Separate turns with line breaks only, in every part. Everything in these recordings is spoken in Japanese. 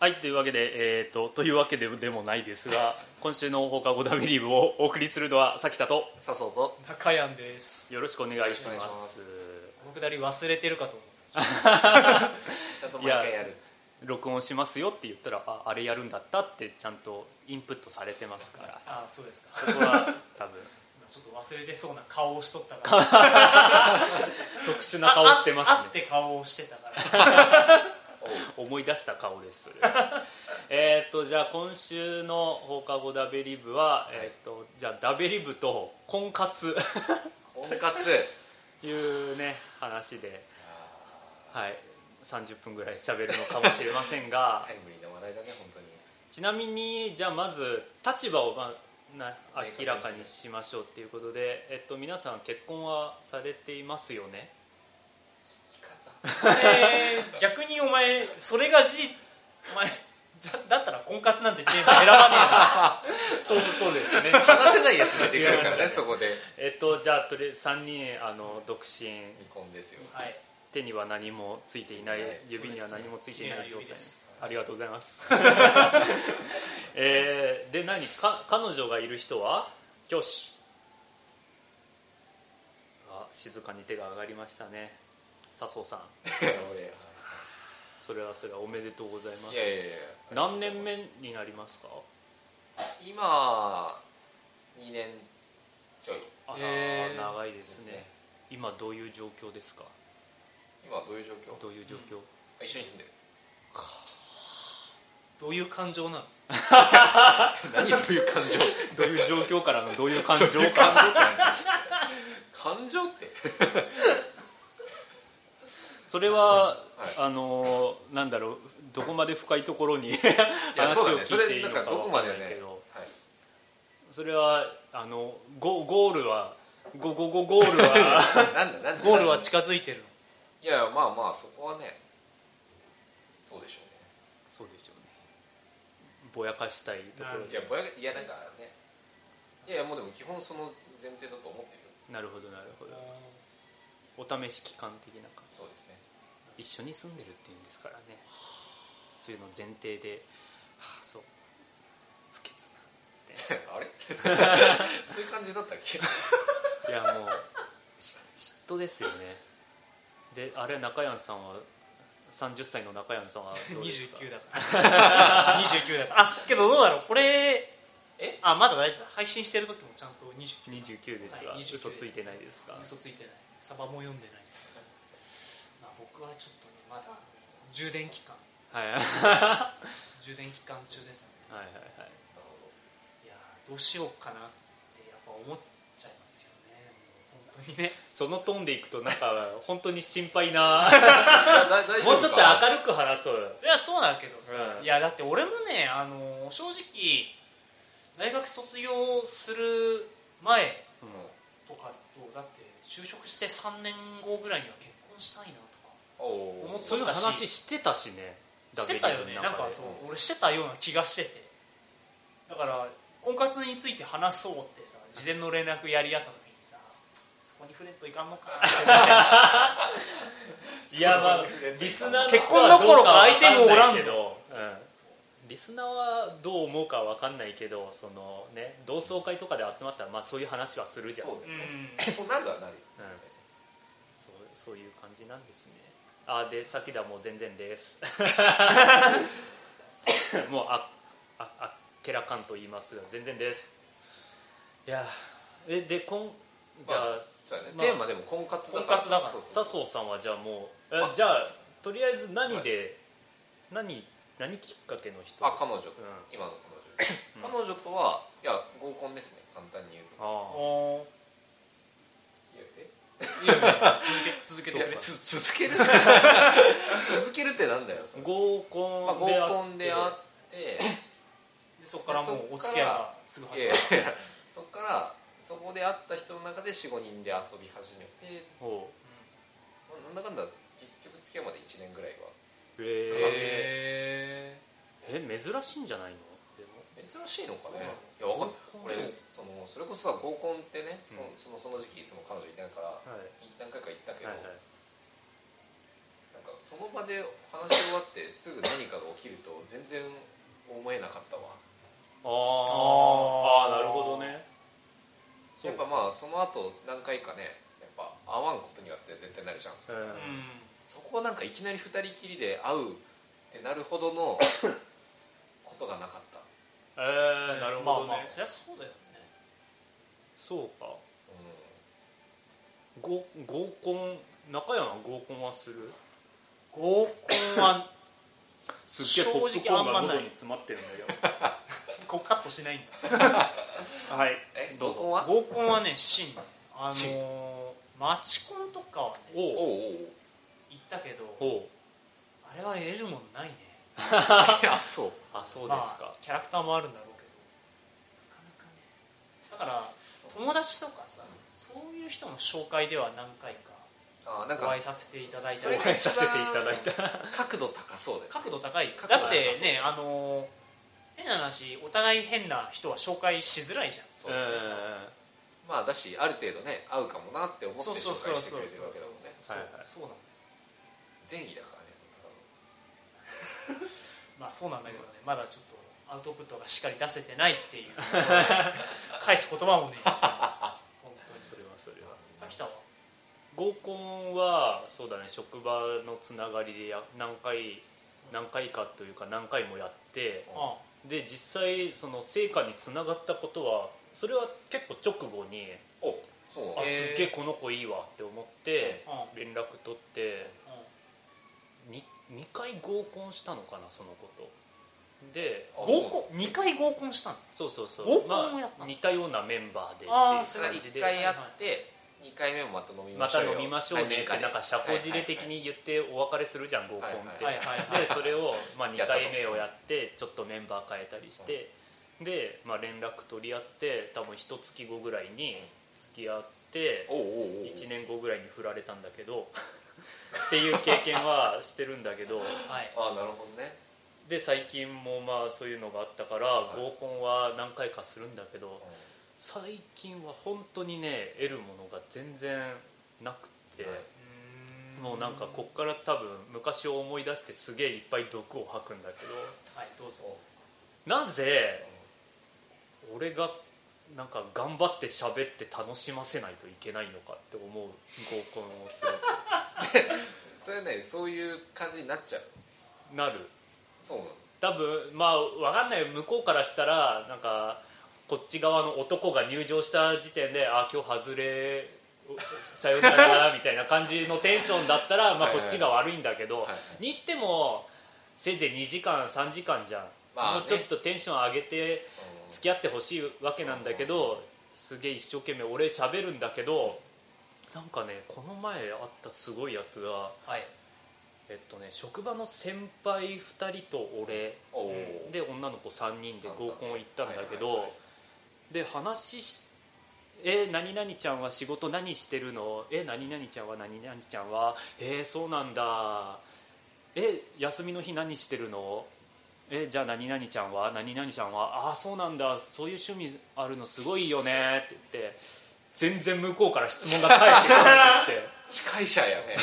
はいというわけでえっ、とというわけででもないですが今週の放課後ダビリーブをお送りするのはさきたと
笹生と
中山です
よろしくお願いし
よろしくお願いし
ま
ますす
このくだり忘れてるかと思
ちゃんと毎回やる
録音しますよって言ったらああれやるんだったってちゃんとインプットされてますから
うあそうですか
ここは多 分
ちょっと忘れてそうな顔をしとったから
特殊な顔してます
あ
ね
あって顔をしてたから
思い出した顔ですそれ えーっとじゃあ今週の放課後ダベリブは、えーっとじゃあダベリブと婚活
婚活
いうね話ではい30分ぐらい喋るのかもしれません が
タイムリーな話題だね本当に
ちなみにじゃあまず立場を、まあ、な明らかにしましょうっていうことで、えっと、皆さん結婚はされていますよね
えー逆にお前それが事実お前じゃだったら婚活なんてテーマ選ばね
そうそうですね
話せないやつ出てくるからねそこで
えっとじゃあとりあえず3人あの独身
未婚ですよ
えなはい
手には何もついていない
はい
指には何もついていない状
そうですね
態
綺麗な指です
ありがとうございます えーで何か彼女がいる人は教師あ静かに手が上がりましたね笹生さん
なので
それはそれはおめでとうございま
い
す
やいやいや
何年目になりますか
今2年ちょい
あ
え
ー
ー
長いですね今どういう状況ですか
今どういう状況
どういう状況、
一緒に住んでる
どういう感情なの
何どういう感情
どういう状況からのどういう感情
どうい う
か
情感情感情って
それは、
はい
あのーなんだろうどこまで深いところに
や
話
そう
を
だね
聞いていいのか
それなんかどこ
分
ま
か
で
ん
ね
ないけど
はい
それはあのゴゴールはゴゴゴゴールは
なんだなんだ
ゴールは近づいてる の
いやいやまあまあそこはね そうでしょう
そうでしょうねぼやかしたいところ
ね
で
いやぼやいやなんかねいやいやもうでも基本その前提だと思ってるよ
なるほどなるほどお試し期間的な感じ
そうですね
一緒に住んでるっていうんですからねそういうの前提ではあそう不潔な
あれそういう感じだったっけ
いやもうし嫉妬ですよねであれ中山さんは30歳の中山さんはどうですか
29だから29だ からあけどどうだろうこれ
え
あまだ大丈夫配信してる時もちゃんと29
29ですが、
はい29
嘘ついてないですか
嘘ついてないサバも読んでないです、まあ、僕はちょっとねまだ充電期間
はいはいはい
充電期間中ですね
はい
いやーどうしようかなってやっぱ思っちゃいますよねもう本当にね
そのトーンでいくとなんか本当に心配な も
も
うちょっと明るく話そうよ
それはそうだけどさ、
うん
いやだって俺もねあのー正直大学卒業する前とかとだって就職して3年後ぐらいには結婚したいなとか
お
思
ー
っ
そういう話してたしね
してたよねなんかそう俺してたような気がしててだから婚活について話そうってさ事前の連絡やり合った時にさそこに触れんといかんのかなって思って
いやまあリスナーの人は
結婚どころか相手もおらん
ど
ぞ
うかは分かんないけどうんリスナーはどう思うかは分かんないけどそのね同窓会とかで集まったらまあそういう話はするじゃん
そう
うん
だよねそうなるはなるよ
そうそういう感じなんですねあでさきだもう全然です もうあああっけらかんと言いますが全然ですいやえでこんじゃあ、
まあそうだね
まあ
テーマでも婚活だから
婚活だから
そうそう
笹
そう
生さんはじゃあもうえじゃあとりあえず何で、何何きっかけの人
あ彼女
うん
今の彼女です
うん
彼女とはいや合コンですね簡単に言うと
ああ
お
いやえ
ーいいよいいよ続け続けてくれ
つ続ける続けるってなんだよそれ
合
まあ
コン
合
であって、
コンであって
でそこからもうお付き合いがすぐ
い
始
やい
まる
やいやそっからそこで会った人の中で45人で遊び始めて
ほ
まあなんだかんだ結局付き合うまで1年ぐらいは
うえ
へ
ー、え珍しいんじゃないのでも
珍しいのかねい
うん
やわかんない俺
合コン
そのそれこそさ合コンってねそ
うん
そのその時期その彼女いたから
はい
何回か行ったけど
はい
なん
はい
かそその場で話し終わってすぐ何かが起きると全然思えなかったわ
あああーなるほどね
やっぱまあその後何回かねやっぱ会わんことにはって絶対なるじゃん
うん
うん
そこはなんかいきなり2人きりで会うってなるほど のことがなかっ
え
た、
ー、なるほどね、
まあまあそりゃそうだよね
そうか
う
合合コン中山は合コンはする
合コンは
すっげえポップコーンが喉に詰まってるんだけ
こうカットしないんだ
どはい
え
どう
合
ぞ
コンは
合コンはね真あのー、マチコンとかはね
お
おう
う
行ったけど
おう
あれは得るもんないね
おういやそう
あそうです
ま
か
あ、キャラクターもあるんだろうけどなかなかねだから友達とかさそういう人の紹介では何回か
あーなん
お
か
会いさせていただい
そ
た
お
り
れ
会いさせていただいた
角度高そうだよ
角度高い
角度
だ
高
っ
い
てねあのー変な話お互い変な人は紹介しづらいじゃん
そうまあだしある程度ね合うかもなって思って紹介してくれてるわけだもんね
そう
はいはい
そうなんだ
善意だからね
まあそうなんだけどねまだちょっとアウトプットがしっかり出せてないっていう返す言葉もね本当 に
それはそれは
さきたは
合コンはそうだね職場のつながりでや何回何回かというか何回もやって
あ
で実際その成果につながったことはそれは結構直後に
おそうな
あ
ん
す
だ
っげえこの子いいわって思って
あうん
連絡取ってに2回合コンしたのかなその子とで
あ
合コン2回合コンしたの
そうそうそう
合コンをやったの
まあ、似たようなメンバーで
あ
っ
ー
て
そ
い
れが
う感じ
1
で
回やって2回目もまた飲み
ま
ましたょうよ
飲みましょうねってなんか社交辞令的に言ってお別れするじゃん合コンっ
はい
て
はいはいはい
でそれをまあ2
やったと
回目をやってちょっとメンバー変えたりしてでまあ連絡取り合って多分一月後ぐらいに付き合って
おうおうおう
1年後ぐらいに振られたんだけどっていう経験はしてるんだけど
はい
ああなるほどね
で最近もまあそういうのがあったから
い
合コンは何回かするんだけど最近は本当にね得るものが全然なくて。
はい
もうなんかこっから多分昔を思い出してすげえいっぱい毒を吐くんだけど
はいどうぞ
なぜ俺がなんか頑張って喋って楽しませないといけないのかって思う合コンをする
それねそういう感じになっちゃう
となる
そうなの
多分まあわかんない向こうからしたらなんかこっち側の男が入場した時点であ今日外れさよならみたいな感じのテンションだったらまあ
はい
こ
はい
っちが悪いんだけど
はいは
にしてもせいぜい2時間3時間じゃん、
まあね
もうちょっとテンション上げて
うん
付き合ってほしいわけなんだけどすげえ一生懸命俺喋るんだけどなんかねこの前会ったすごいやつが
はい
えっとね職場の先輩2人と俺
おう
で女の子3人で合コン行ったんだけ
はいはいは
どで話しえ何々ちゃんは仕事何してるのえ何々ちゃんは何々ちゃんはえーそうなんだえ休みの日何してるのえじゃあ何々ちゃんは何々ちゃんはああーそうなんだそういう趣味あるのすごいよねって言って全然向こうから質問が返ってこなくて。
司会者や ね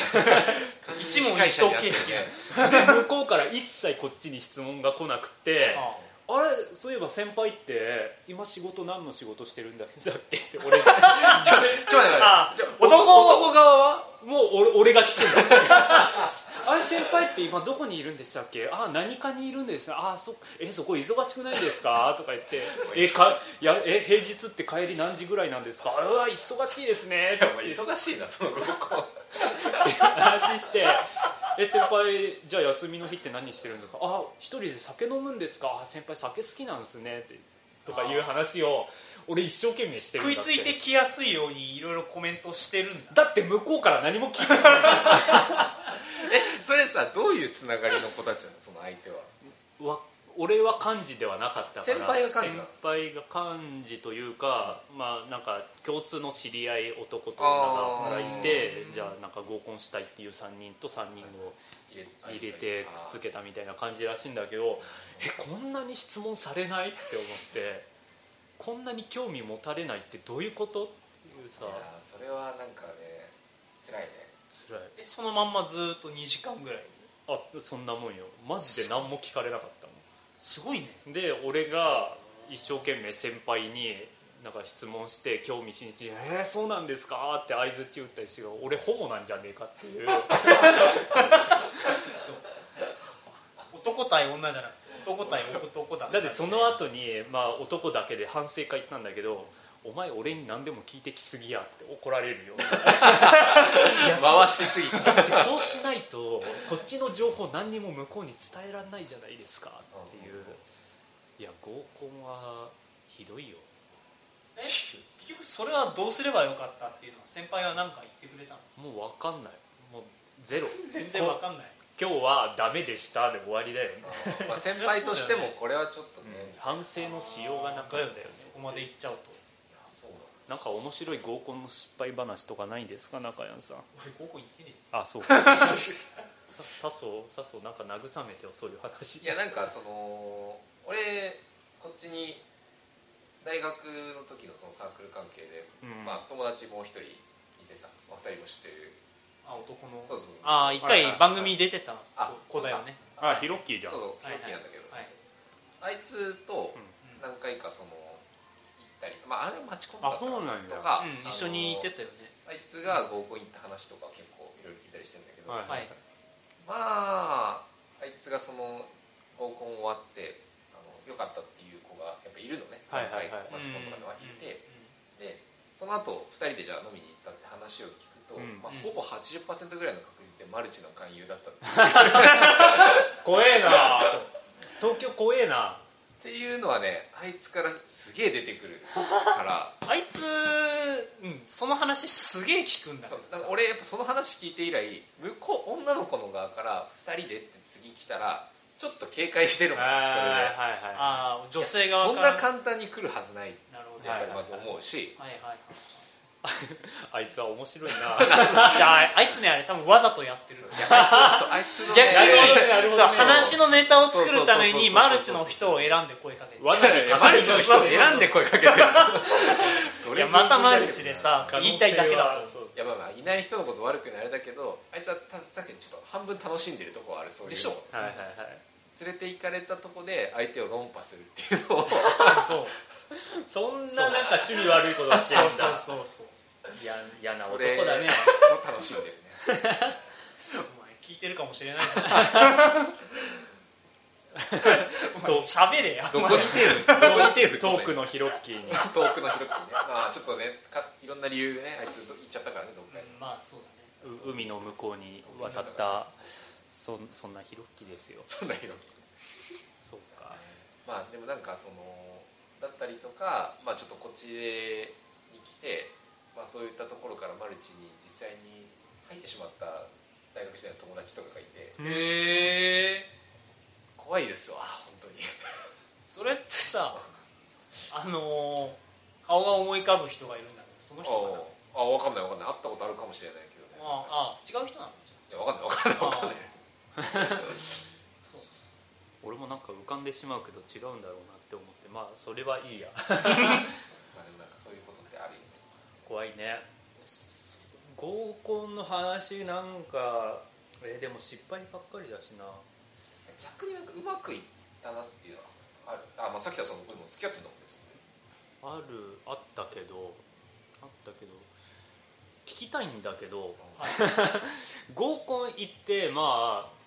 一問一答形式だ
で向こうから一切こっちに質問が来なくて
あ
あれそういえば先輩って今仕事何の仕事してるんだっけって俺
ちょちょっと待って
あ
じゃあ
男
男側は
もう俺俺が聞くんだ あれ先輩って今どこにいるんでしたっけあ何かにいるんですあそえそこ忙しくないですかとか言 ってえかいやえ平日って帰り何時ぐらいなんですかうわ忙しいですねとか言って
忙しいなその合コン
話して「え先輩じゃあ休みの日って何してるんですか?」「あ一人で酒飲むんですかあ先輩酒好きなんですね」ってとかいう話を俺一生懸命してるん
食
だっ
い
て
ついてきやすいようにいろいろコメントしてるんだ
だって向こうから何も聞いてない
えそれさどういうつながりの子たちなのその相手は
わ俺は幹事ではなかったから
先輩が幹事なの
先輩が幹事というかまあなんか共通の知り合い男と女がいて
あー
じゃあなんか合コンしたいっていう3人と3人を
入れ
入れてくっつ
け
けたみたいな感じらしいんだけどえこんなに質問されないって思ってこんなに興味持たれないってどういうことっていうさ
それはなんかね辛いね
辛い
でそのまんまずーっと2時間ぐらい
あそんなもんよマジで何も聞かれなかったもん
すごいね
で俺が一生懸命先輩になんか質問して興味津々「えー、そうなんですか?」って相づち打ったりして俺ホモなんじゃねえかっていう
男対女じゃなくて男対男だ
だってその後にまあ、男だけで反省会行ったんだけど「お前俺に何でも聞いてきすぎや」って怒られるよいやそう
回しすぎてうん
だってそうしないとこっちの情報何にも向こうに伝えられないじゃないですかっていういや合コンはひどいよ
え結局それはどうすればよかったっていうのは先輩は何か言ってくれたの
もう分かんないもうゼロ
全然わかんない
今日はダメでしたで終わりだよね
まあ、先輩としてもこれはちょっとね、
反省のしようがなかった
だ
よ
よ
ね
ねそこまで行っちゃうと
そうだ
なんか面白い合コンの失敗話とかないですか中山さん
俺高校行ってね
あそう さ笹生笹生なんか慰めてよそういう話
いやなんかその俺こっちに大学の時のそのサークル関係で、
うん
まあ、友達もう一人いてさ、まあ、二人も知ってる
あ男の
そうそうそう
ああ一
はいはいは
回
い
番組に出てた
あ
子だよね
あヒロッキーじゃん
そうそう
はい
狂気なんだけど、
はい
あいつと
うん
何回かその行ったり、まあ、あれ待ち込ん
あそうなん
だ
だ
とか、
うん一緒に行ってたよね
あいつが合コン行った話とか結構いろいろ聞いたりしてるんだけど、
はい
はい
まああいつがその合コン終わってあのよかったっていう子がやっぱいるのね
はいはいはい
マチコンとかではいて、でその後2人でじゃあ飲みに行ったって話を聞くと、
うん
まあ、ほぼ80%ぐらいの確率でマルチの勧誘だったっていう
怖えな東京怖えな
っていうのはねあいつからすげえ出てくるから。
あいつ、うん、その話すげえ聞くんだ
そうだから俺やっぱその話聞いて以来向こう女の子の側から2人でって次来たらちょっと警戒してるもんそれで
はいはいは
ああ女性側
そん
から
な簡単に来るはずないって
なるほど、
や
は
っ
い
ぱりまず思うし
はいはい
いあいつは面白い な
じゃああいつねあれ多分わざとやってる
いやあいつそうあいつのね
逆になるほど
そう話のネタを作るため
そうそうそうそうそう
にマルチの人を選んで声かけて
罠 にかか
マ
り
ルチの人を選んで声かけてるそ
い
れ
や
は
またマルチでさ
可能性
言
はい
たいだけだと
そう
いやまあまあいない人のこと悪くないあれだけどあいつはた確かにちょっと半分楽しんでるとこはあるそういうの
でしょ
はいはい
連れて行かれたとこで相手を論破するっていうのを
そう
はいそんななんか趣味悪いことをしてるん
そ
だ
うそうそうそう
いや嫌な
そ
男
れ
だね
楽しんでるね
お前聞いてるかもしれない けどお前喋れや
どこに手をどこに手を振ってん
ト
の
ークのヒロッキーに
遠くの広くね、まあ、ちょっとねかいろんな理由でねあいつど行っちゃったからねどっかに、
うんまあそうだね
う海の向こうに渡ったそんそんなヒロッキーですよ
そんな広く
そうか
まあでもなんかそのだったりとか、まあ、ちょっとこっちに来て、まあ、そういったところからマルチに実際に入ってしまった大学時代の友達とかがいて
へえ
怖いですわ本当に
それってさあのー顔が思い浮かぶ人がいるんだけどその人か
ああ
な
分かんない分かんない会ったことあるかもしれないけどね
ああ違う人なのじ
いや分かんない分かんない分かんない
俺もなんか浮かんでしまうけど違うんだろうなって思ってまあそれはいいや
まあでもなんかそういうことってあるよね
怖いね合コンの話なんかえーでも失敗ばっかりだしな
逆になんかうまくいったなっていうのはあるあ、まあ、さっきはその僕も付き合ってたもんですよね
あるあったけどあったけど聞きたいんだけど合コン行ってまあ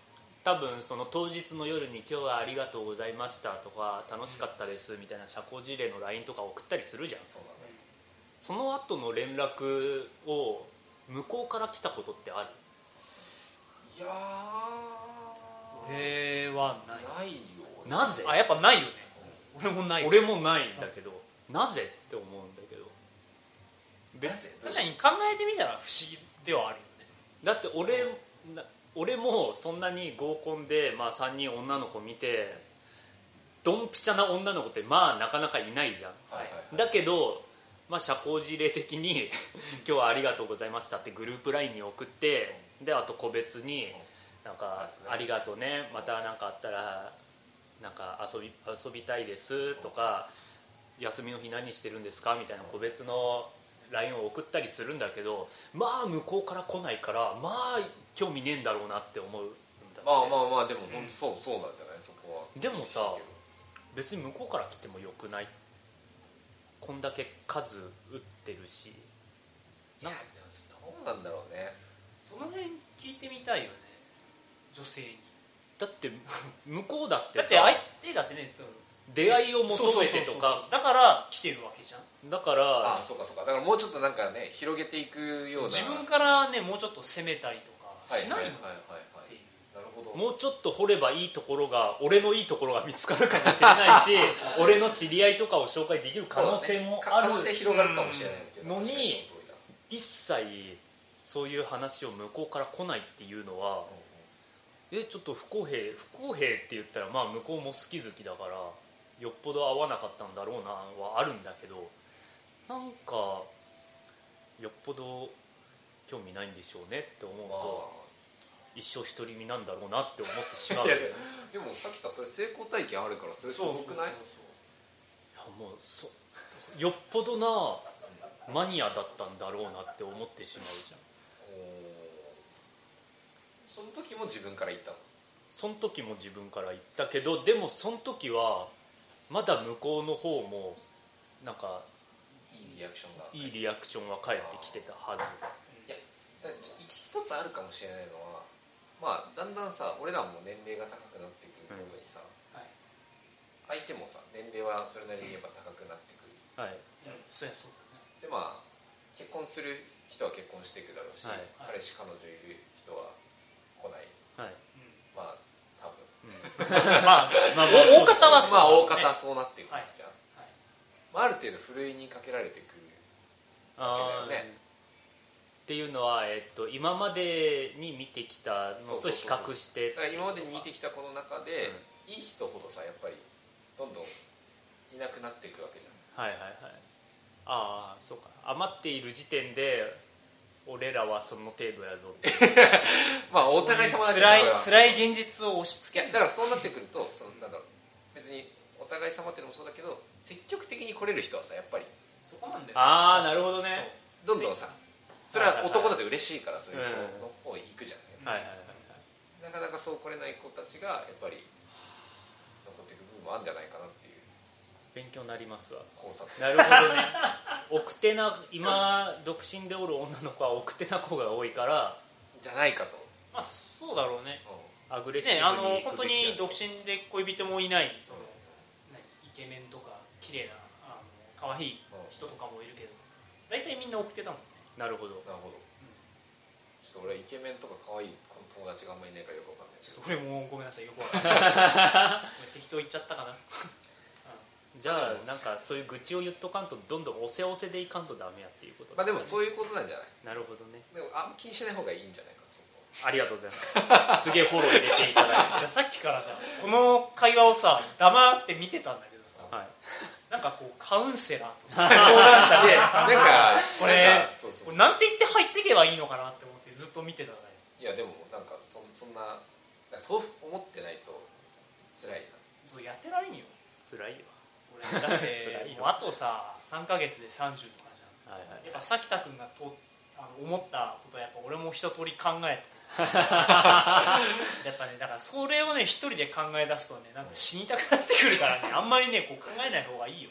多分その当日の夜に「今日はありがとうございました」とか「楽しかったです」みたいな社交辞令の LINE とか送ったりするじゃん
そうだね
その後の連絡を向こうから来たことってある
いやー
俺はな
な
い
いよ
なぜ
あやっぱないよね俺もない
俺もないんだけどなぜって思うんだけど
別
確かに考えてみたら不思議ではあるよね
だって俺な俺もそんなに合コンで、まあ、3人女の子見てドンピシャな女の子ってまあなかなかいないじゃん
はいはいはい
だけど、まあ、社交辞令的に 「今日はありがとうございました」ってグループ LINE に送ってであと個別に「なんかありがとうねまた何かあったらなんか遊び遊びたいです」とか「休みの日何してるんですか?」みたいな個別の LINE を送ったりするんだけどまあ向こうから来ないからまあ興味ねえんだろうなって思うんだ
だ
まあ
あ
まあまあでも本当そうそうなんじゃないそこは
でもさ別に向こうから来てもよくないこんだけ数打ってるし
いやでもどうなんだろうね
その辺聞いてみたいよね女性に
だって向こうだって
だ
さ
って相手だってねその
出会いを求めて
そうそうそ
と
うそう
か
だから来てるわけじゃん
だから
あそうかそうかだからもうちょっとなんかね広げていくような
自分からねもうちょっと攻めたりとかしないのっ
はいはいはいは
ていう
いなるほど
もうちょっと掘ればいいところが俺のいいところが見つかるかもしれない し俺の知り合いとかを紹介できる可能性も
そうだ
あ
ね
る
可能性広がるかもしれないっていう
の
は
に
確かその通りだ
一切そういう話を向こうから来ないっていうのは
うんうん
えちょっと不公平不公平って言ったらまあ向こうも好き好きだからよっぽど合わなかったんだろうなはあるんだけどなんかよっぽど興味ないんでしょうねって思う
ま
と
あ
一生独り身なんだろうなって思ってしまう
い
よ
や
ね
でもさっきからそれ成功体験あるからそれすごくない
いやもうそよっぽどなマニアだったんだろうなって思ってしまうじゃん
その時も自分から言ったの
その時も自分から言ったけどでもその時はまだ向こうの方もなんか
いいリアクションが
いいリアクションは返ってきてたはず
一一つあるかもしれないのはまあだんだんさ俺らも年齢が高くなってくることにさ、
はい
相手もさ年齢はそれなりに言えば高くなってくる
はい
うんそりゃそうだね
でまあ結婚する人は結婚していくだろうし、
はい
彼氏彼女いる人は来ない
はい、
う
まあ多
うん
分
んまあ
まあ
お大方はそう
まあ大方
だね
はそうなっていくるじゃん、
はい
まあ、ある程度ふるいにかけられてくる
あー
ね
っていうのは、えっと、今までに見てきたのと比較して
だから今までに見てきたこの中で、
うん
いい人ほどさやっぱりどんどんいなくなっていくわけじゃん
はいはいはいああそうか余っている時点で俺らはその程度やぞって
まあお互い様だけど
辛い
だから
辛い現実を押し
い
付
や
け
だからそうなってくるとそのなんだろう別にお互い様っていうのもそうだけど積極的に来れる人はさやっぱり
そこなんだよね
ああなるほどね
どんどんさそれは男だって嬉しいからそういう子の方に行くじゃん、
はいはいはい
なかなかそう来れない子たちがやっぱり残っていく部分もあるんじゃないかなっていう
勉強になりますわ
考察
なるほ どね奥手な今独身でおる女の子は奥手な子が多いから
じゃないかと、
まあそうだろうね
う
アグレッシブ
ね
に
あの本当
行
に
くべ
独
きだ
身で恋人もいないそ
ん
の何イケメンとか綺麗なあの可愛い人とかもいるけど大体みんな奥手だもんね
なるほど
なるほど、ちょっと俺はイケメンとか可愛いこの友達があんまりいないからよくわかんないけ
ち
ど
ょっと俺もごめんなさいよくわかん ない適当言っちゃったかな
じゃあなんかそういう愚痴を言っとかんとどんどん押せ押せでいかんとダメやっていうことだ
まあでもそういうことなんじゃ
な
ない
るほどね
でもあんま気にしない方がいいんじゃないかなそこ
ありがとうございますすげえフォロー入れていただいて
じゃあさっきからさこの会話をさ黙って見てたんだけどさ
はい
なんかこうカウンセラーとか相談者で
なんか
これ
なんかそうそうそう
これなんて言って入っていけばいいのかなって思ってずっと見てたんだよ
いやでもなんかそそんななんかそう思ってないと辛いな
そうやってられんよ
辛いよ
俺だっ
辛
て
いよ
もうあとさ3か月で30とかじゃん
はいはい
やっぱさきたくんがとあの思ったことはやっぱ俺も一通り考え てやっぱねだからそれをね一人で考え出すとねなんか死にたくなってくるからねあんまりねこう考えない方がいいよ、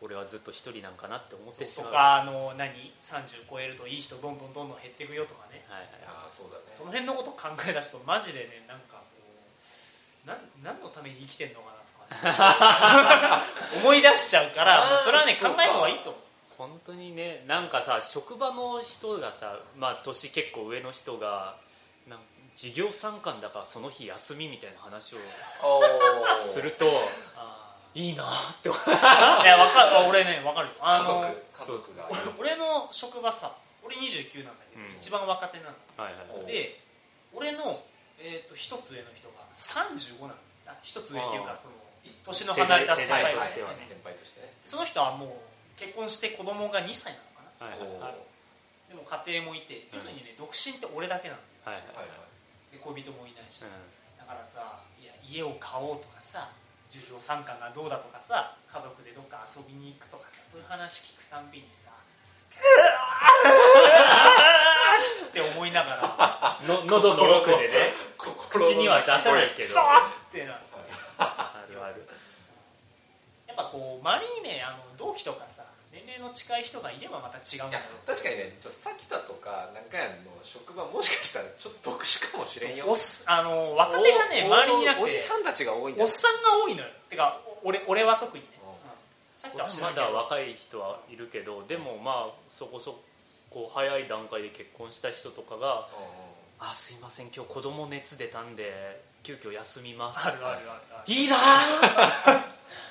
俺はずっと一人なんかなって思っ
そ
て
う
し
と
まう
かあの何30超えるといい人どんどんどんどん減っていくよとかね
はいはい
ああそうだね
その辺のこと考え出すとマジでねなんかこうなん何のために生きてんのか なとか、ね、思い出しちゃうから
あー
それはね考
そうか
える方がいいと思う
本当にねなんかさ職場の人がさまあ年結構上の人がなん事業参観だからその日休みみたいな 話を
おー
すると
あ
いいなって思う
ーいやわかる俺ねわかるよあ
家族
の
家族が
俺の職場さ俺29なんだけど、
うん
一番若手なの
はいはいはい
で俺の、えー、と一つ上の人が35なのあ一つ上っていう
あー
かその年の離れた
世
先
代
輩
とし
としてて
は
は
ね
ね
先輩としてね
その人はもう結婚して子供が2歳な
は
のかな
いはい
おー
はい
でも家庭もいて
うん
要するにね、独身って俺だけなのよ
はいはい
はいはい
で恋人もいないし、
うん
だからさいや家を買おうとかさ授業参観がどうだとかさ家族でどっか遊びに行くとかさそういう話聞くたんびにさ 「うわーうわーって思いながら
の喉の奥でね
心
口には出さないけど
すごい
さってな
あるある
やっぱこう周りにねあの同期とかさ年齢の近い人がいればまた違うん
い
だ
や
ろう
確かにねちょっとさきたとかなんかやんの職場もしかしたらちょっと特殊かもしれんよ
おっすあの若手がね周りにいなく
お
て
じさんたちが多いんだ
おっ
よ
さんが多いのよてかお俺俺は特にね、
うん
うんさっき
ことれ
は
も
知ら
ま
んけど
だ若い人はいるけどでもまあそこそこ早い段階で結婚した人とかが
うんうん
「あすいません今日子供熱出たんで急遽休みます
あるあるあるあ」る
いいなー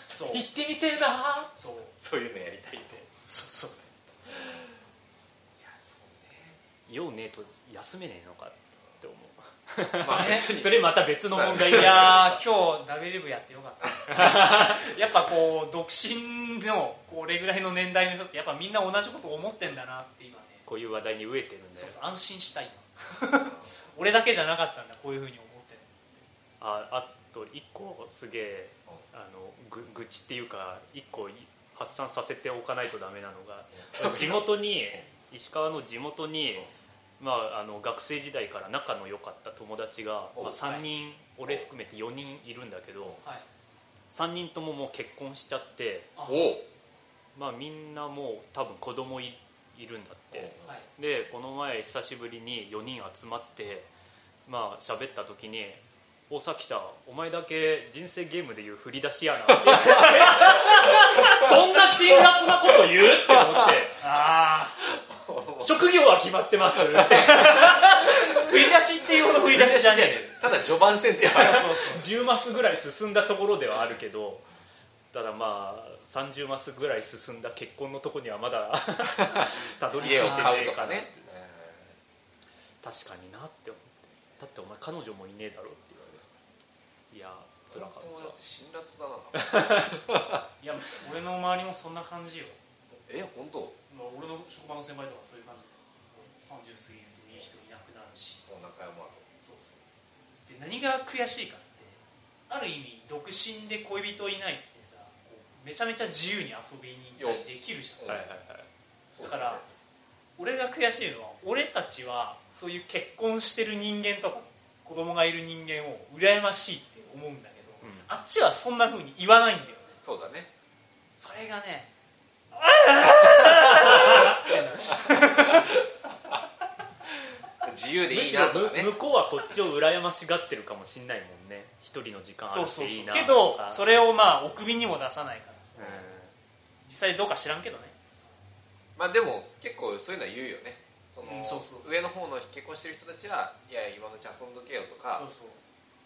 そう
行ってみてえな
そう
そういうのやりたいって
そうそう
いやそう
ーようねえと休めねえのかって思う
ねまあ
ね
別 に
それまた別の問題
いやー今日ダベリブやってよかった やっぱこう独身のこれぐらいの年代の人ってやっぱみんな同じこと思ってんだなって今ね
こういう話題に飢えてるんで
そうそう安心した今 俺だけじゃなかったんだこういうふうに思ってる
ああと一個すげえあのぐ愚痴っていうか一個い発散させておかないとダメなの が地元に石川の地元に、まあ、あの学生時代から仲の良かった友達が、
お
まあ、3人、
い
俺含めて4人いるんだけど
はい
3人とももう結婚しちゃって、
あ
おお
まあ、みんなもう多分子供いいるんだって
はい
でこの前久しぶりに4人集まってまあ喋った時に「大崎さんお前だけ人生ゲームでいう振り出しやな」そんな辛辣なこと言う?」って思って
ああ
「職業は決まってます」って
振り出しっていうほど振り出しじゃねえ
ただ序盤戦ってや
そうそう
10マスぐらい進んだところではあるけどただまあ30マスぐらい進んだ結婚のとこにはまだ たどり着いて
家を
ね
買う
え
と
か
からね
確かになって思ってだってお前彼女もいねえだろって言われるいや辛
辛
か
か
っ
った
た
辛辣だない
や俺の周りもそんな感じよ
え本当も
俺の職場の先輩とかそういう感じで30過ぎるといい人いなくなるし
う中山
そうそうで何が悔しいかってある意味独身で恋人いないってさこうめちゃめちゃ自由に遊びに行ったりできるじゃん
よ
はいはいはい
そう
だから俺が悔しいのは俺たちはそういう結婚してる人間とか子供がいる人間を羨ましいって思うんだけど、
うん
あっちはそんな風に言わないんだよね
そうだね
それがね
自由でいい
むし
な
ろ
とかね
む向こうはこっちを羨ましがってるかもしんないもんね一人の時間あ
そう
っ
そうそう
ていいな
けど
とか
それをまあお首にも出さないからさ
うん
実際どうか知らんけどね
まあでも結構そういうのは言うよねその
うんそうそう
上の方の結婚してる人たちはいや今のうち遊んどけよと
そう
か
そう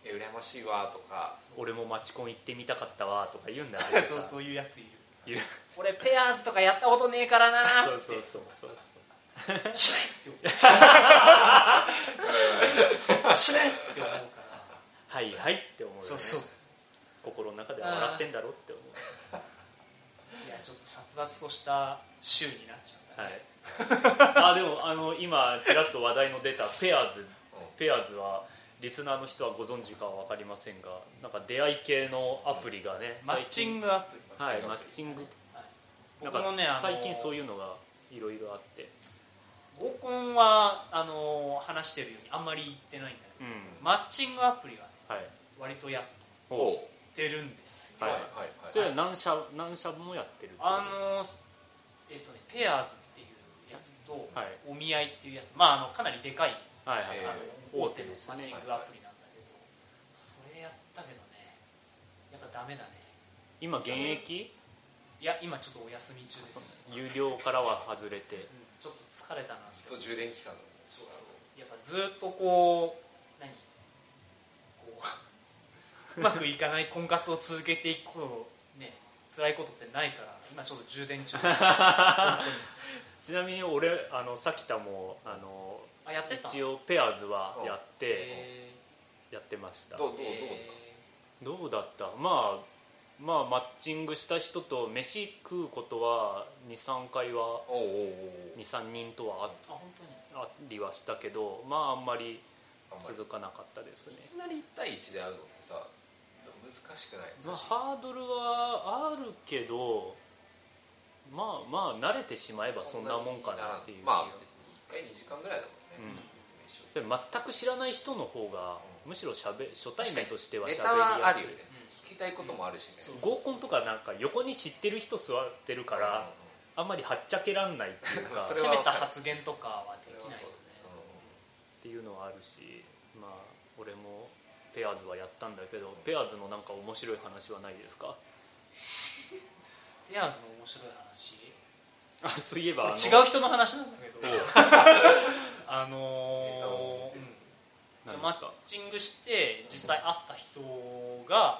いや羨ましいわとか
俺も街コン行ってみたかったわとか言うんだ けどさ
そうそういうやついる
いる
俺ペアーズとかやったことねえからな
そうそうそうそう
うしないって思うしないって思うから
はいはいって思うよね
そうそう
心の中では笑ってんだろって思
いやちょっと殺伐とした週になっちゃう
う
ね
はい あでもあの今ちらっと話題の出たペアーズペアーズはリスナーの人はご存知かは分かりませんがなんか出会い系のアプリがね
マッチン
グ
グアプリ
はいマッチングなん
僕
か
もねあの
最近そういうのがいろいろあって
合コンはあの話してるようにあんまり言ってないんだけ
うん
どマッチングアプリはね
はい
割とやっ
お
お
う
てるんですよ
はい
はいはい
それは何社何社もやってるってこと
あのえっ、とねペアーズっていうやつと、
はい
お見合いっていうやつまああのかなりでかい
はいはいはい
え
あ
ー
の
大
大手のマッ
手です
チ
ね
ングアプリなんだけど、それやったけどねやっぱダメだね
今現役
いや今ちょっとお休み中です、
有料からは外れて
うんちょっと疲れたな
ずっと充電期間の
そうそうやっぱずっとこう何こううまくいかない婚活を続けていくことね辛いことってないから今ちょっと充電中です本当に
ちなみに俺あのさきたもあの
あやってた
一応ペアーズはやって
えー
やってました
どうどうどう
どうだったまあまあマッチングした人と飯食うことは23回は
おうおうおうおう
23人とは
あ本当に
あありはしたけどまああんまり
あんまり
続かなかったですね
いきなり1対1で会うのってさ難しくない
まあ、ハードルはあるけどまあまあ慣れてしまえばそんなもんかなっていう
まあ別に1回2時間ぐらいだもんね、
うん
飯
で
を
も全く知らない人の方がむしろしゃべ初対面としては
ネ
し
タはあ
ゃべ
る
り
よね
や
聞きたいこともあるしね
すい合コンとかなんか横に知ってる人座ってるからあんまりはっちゃけらんないっていうか
それは
攻めた発言とかはできないよね
っていうのはあるしまあ俺もペアーズはやったんだけどペアーズのなんか面白い話はないですか
ペアーズの面白い話
あそういえば
これ
あの
違う人の話なんだけど
おう
あのー
何で
マ
す
ッ
か
チングして実際会った人が、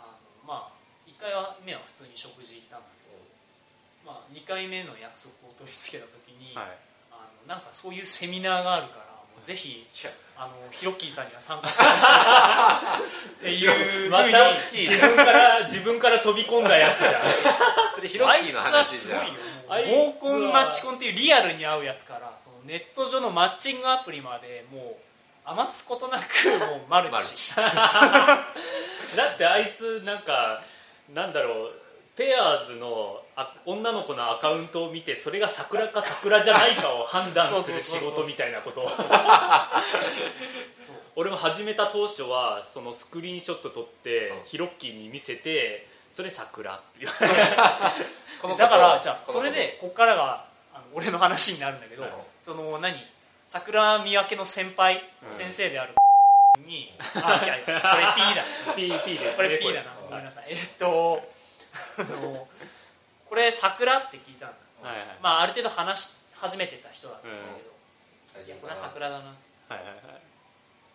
あのまあ1回目は普通に食事行ったんだけど、まあ、2回目の約束を取り付けた時に、
はい
あのなんかそういうセミナーがあるからもうぜひ
いや
あのヒロッキーさんには参加してほしいっていうふ
ま
う
た
に、
自分から自分から飛び込んだやつじゃん
それヒロッキーの
あいつはす
話
ご
じゃ
いよ
ん
あいつ
も
は
う合コンマッチコンっていうリアルに会うやつからそのネット上のマッチングアプリまでもう余すことなくもうマルチ
マルチ
だってあいつなんかなんだろうペアーズのあ女の子のアカウントを見てそれが桜か桜じゃないかを判断する仕事みたいなことを
そう
俺も始めた当初はそのスクリーンショット撮って
うん
ヒロッキーに見せてそれ桜っていう
この子と
だからじゃあ
この
そ
子
れでこっからがあの俺の話になるんだけど、
はい
その何桜見分けの先輩、
うん
先生であるにあいやこれ P だ
PP ですね
これ P だなごめんなさいえっとあのこれ桜って聞いたんだ、
はいはい
まあ、ある程度話し始めてた人だったんだけど、
大
い
丈
やこ
夫
れ
か
は
な
桜だな
はいはいは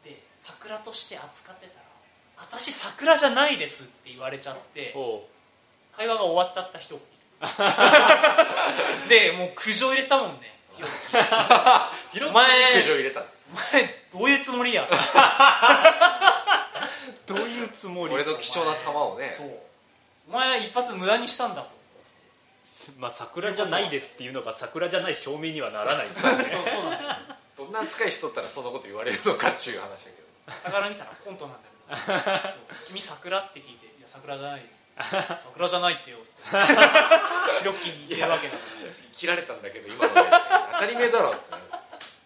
い
で桜として扱ってたら「私桜じゃないです」って言われちゃって
おう
会話が終わっちゃった人でもう苦情入れたもんねひろき
ヒロッキー
お前
に苦情入れた
お前どういうつもりや
どういうつもり
俺の貴重な球をね
そうお前一発無駄にしたんだぞ
まあ桜じゃないですっていうのが桜じゃない証明にはならないですよ
そう
ね
そうなんだよ
どんな扱いしとったらそんなこと言われるのかっていう話だけど
だから見たらコントなんだけどそう君桜って聞いて「いや桜じゃないです」「桜じゃないってよ」ってひろきに言ってるわけだから
切られたんだけど今ので当たり前だろってなる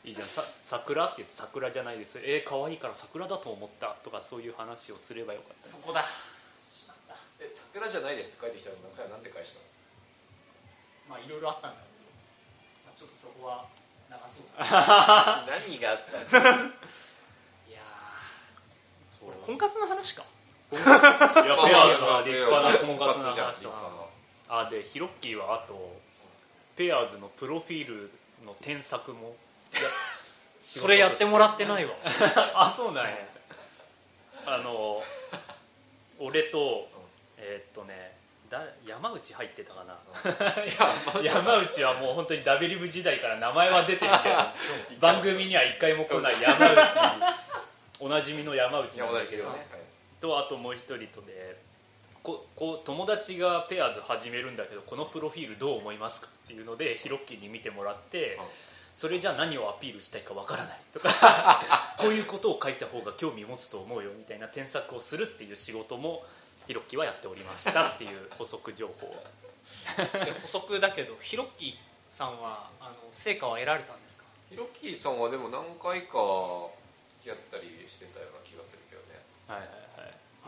いいじゃんさ桜って言って桜じゃないですえー、可愛いから桜だと思ったとかそういう話をすればよか った
そこだ
え桜じゃないですって書いてきたの中はなんて返したの
まあいろいろあったんだけど、まあ、ちょっとそこは流そうか
何があったの
いや
そう
ーこれ婚活の話か
いやペアーズは立派な婚活の話だあでヒロッキーはあとペアーズのプロフィールの添削もや仕事として
それやってもらってないわ
あそうなんやあの俺とえーっとねだ山内入ってたかな山内はもう本当にダベリブ時代から名前は出て るけど番組には一回も来ない山内おなじみの山内
いや
なん
同
だ
じ
け
よ
ど
ね
とあともう一人とでここう友達がペアーズ始めるんだけどこのプロフィールどう思いますかっていうのでヒロッキーに見てもらって
うん
それじゃ何をアピールしたいかわからないとか こういうことを書いた方が興味持つと思うよみたいな添削をするっていう仕事もヒロッキーはやっておりましたっていう補足情報
で補足だけどひろっきーさんはあの成果は得られたんですか
ヒロキーさんはでも何回か付き合ったりしてたような気がするけどね
はいはいはい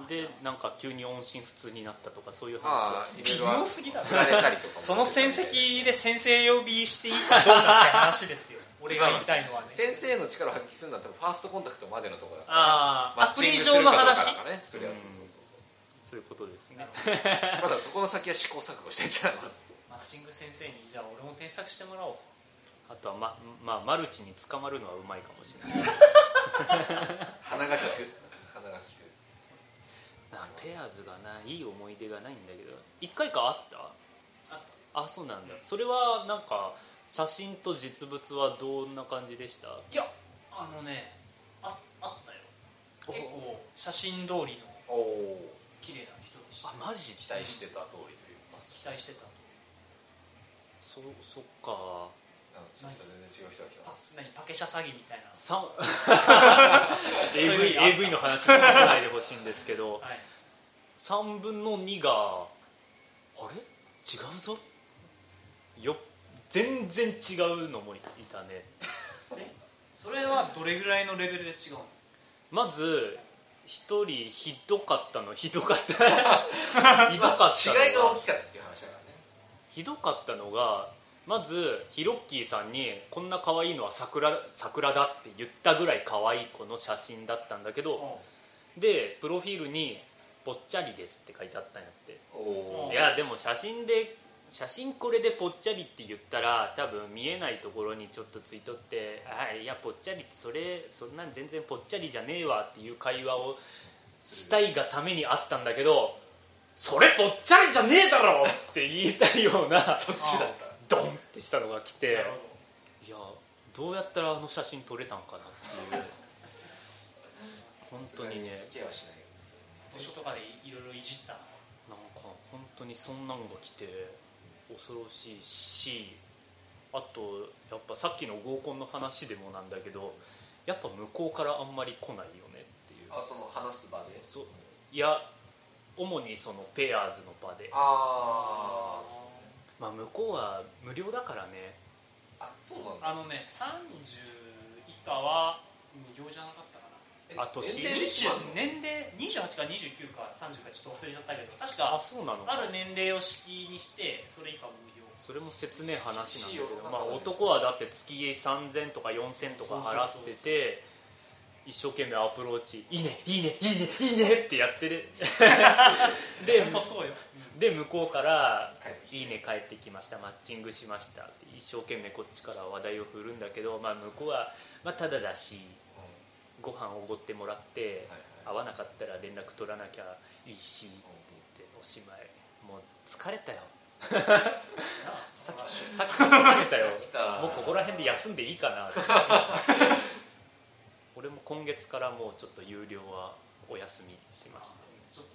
でなんか急に音信不通になったとかそういう話を
まあいろ
微
いろあ
妙すぎだろ
振られたりとかも
その戦績で先生呼びしていいかどうかって話です よ俺が言いたいのはね
先生の力を発揮するのは多分ファーストコンタクトまでのところだ
あ
マ
あア
ッ
プ
チン
リ
グす
上
る
の
かどうか
話
だからねそれはそうそうそうそう
そういうことですね
なるほど
まだそこの先は試行錯誤してんじゃない
マッチング先生にじゃあ俺も添削してもらおう
あとはままあマルチに捕まるのはうまいかもしれない
鼻が利く鼻が利く
なペアーズがないい思い出がないんだけど一回かあった
あっ
あそうなんだそれはなんか写真と実物はどんな感じでした
いやあのねああったよ結構写真通りの
おお
綺麗な人でした
あマジ
期待してた通りというか
期待してたと
そそっか
あちょっと全然違う人が来た
パ何パケシャ詐欺みたいな
さん
そういう
AV,
のあった
AV の話も聞かないでほしいんですけど
はい
3分の2があれ違うぞよ全然違うのもいたね
えそれはどれぐらいのレベルで違うの
まず一人ひどかったのひどかった ひどかったの
違いが大きかったっていう話だからね
ひどかったのがまずヒロッキーさんに「こんな可愛いのは桜桜だ」って言ったぐらい可愛い子の写真だったんだけどでプロフィールに「ぽっちゃりです」って書いてあったんやって
お
う
ー
ん
いやでも写真で写真これでぽっちゃりって言ったら多分見えないところにちょっとついとって「あいやぽっちゃりってそれそんなん全然ぽっちゃりじゃねえわ」っていう会話をしたいがためにあったんだけど「それぽっちゃりじゃねえだろ!」って言いたいようなそっ
ちだっ
ドンってしたのが来て
なるほ
いやどうやったらあの写真撮れたんかなっていう本当にね
さすがに聞けはしないよねそれ
ど図書とかでいろいろいじった
なん
の
か本当にそんなんが来て恐ろしいしあとやっぱさっきの合コンの話でもなんだけどやっぱ向こうからあんまり来ないよねっていう
あその話す場で
そういや主にそのペアーズの場で
あー
まあ向こうは無料だからね
あそうなんだ
あのね30以下は無料じゃなかったかな
え
あと
年齢で決まる
20
の
年齢28か29か30かちょっと忘れちゃったけど確
あ
か
そうなの
ある年齢を式にしてそれ以下は無料
それも切ねえ話なんだけ
厳しい
ど、
よ
まあ、男はだって月3000とか4000とか払ってて一生懸命アプローチ「いいねいいねいいねいいね」ってやってるで
本当そうよ、
で向こうから
帰って
「
きて
いいね帰ってきましたマッチングしました」って一生懸命こっちから話題を振るんだけど、まあ、向こうは、まあ、ただだし
う
ご飯おごってもらって
はいは
会わなかったら連絡取らなきゃいいしっておしまいもう疲れたよさっきさっき疲れたよ
来た
もうここら辺で休んでいいか なって俺も今月からもうちょっと有料はお休みしました
ちょっと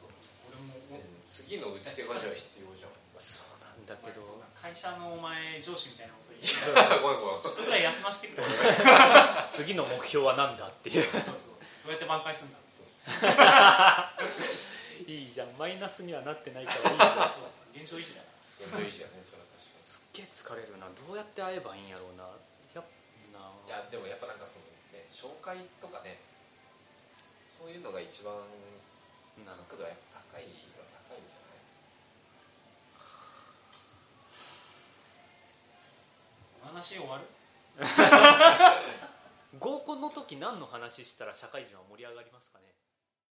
俺も
ん次の打ち手場じゃ必要じゃん
そうなんだけど
お前そう会社のお前上司みたいなこと言って
ごめんごめん
ちょっとぐらい休ませてくれ
次の目標は何だっていう
そうそうどうやって挽回するんだそう
いいじゃんマイナスにはなってないからいいじゃん
そう現状維持だな
現状維持やねそれは確かに
すっげえ疲れるなどうやって会えばいいんやろうなやっ
い
な
やでもやっぱなんかそのね紹介とかねそういうのが一番
な
角度はやっぱ高いは高いんじゃない
お話終わる
合コンの時何の話したら社会人は盛り上がりますかね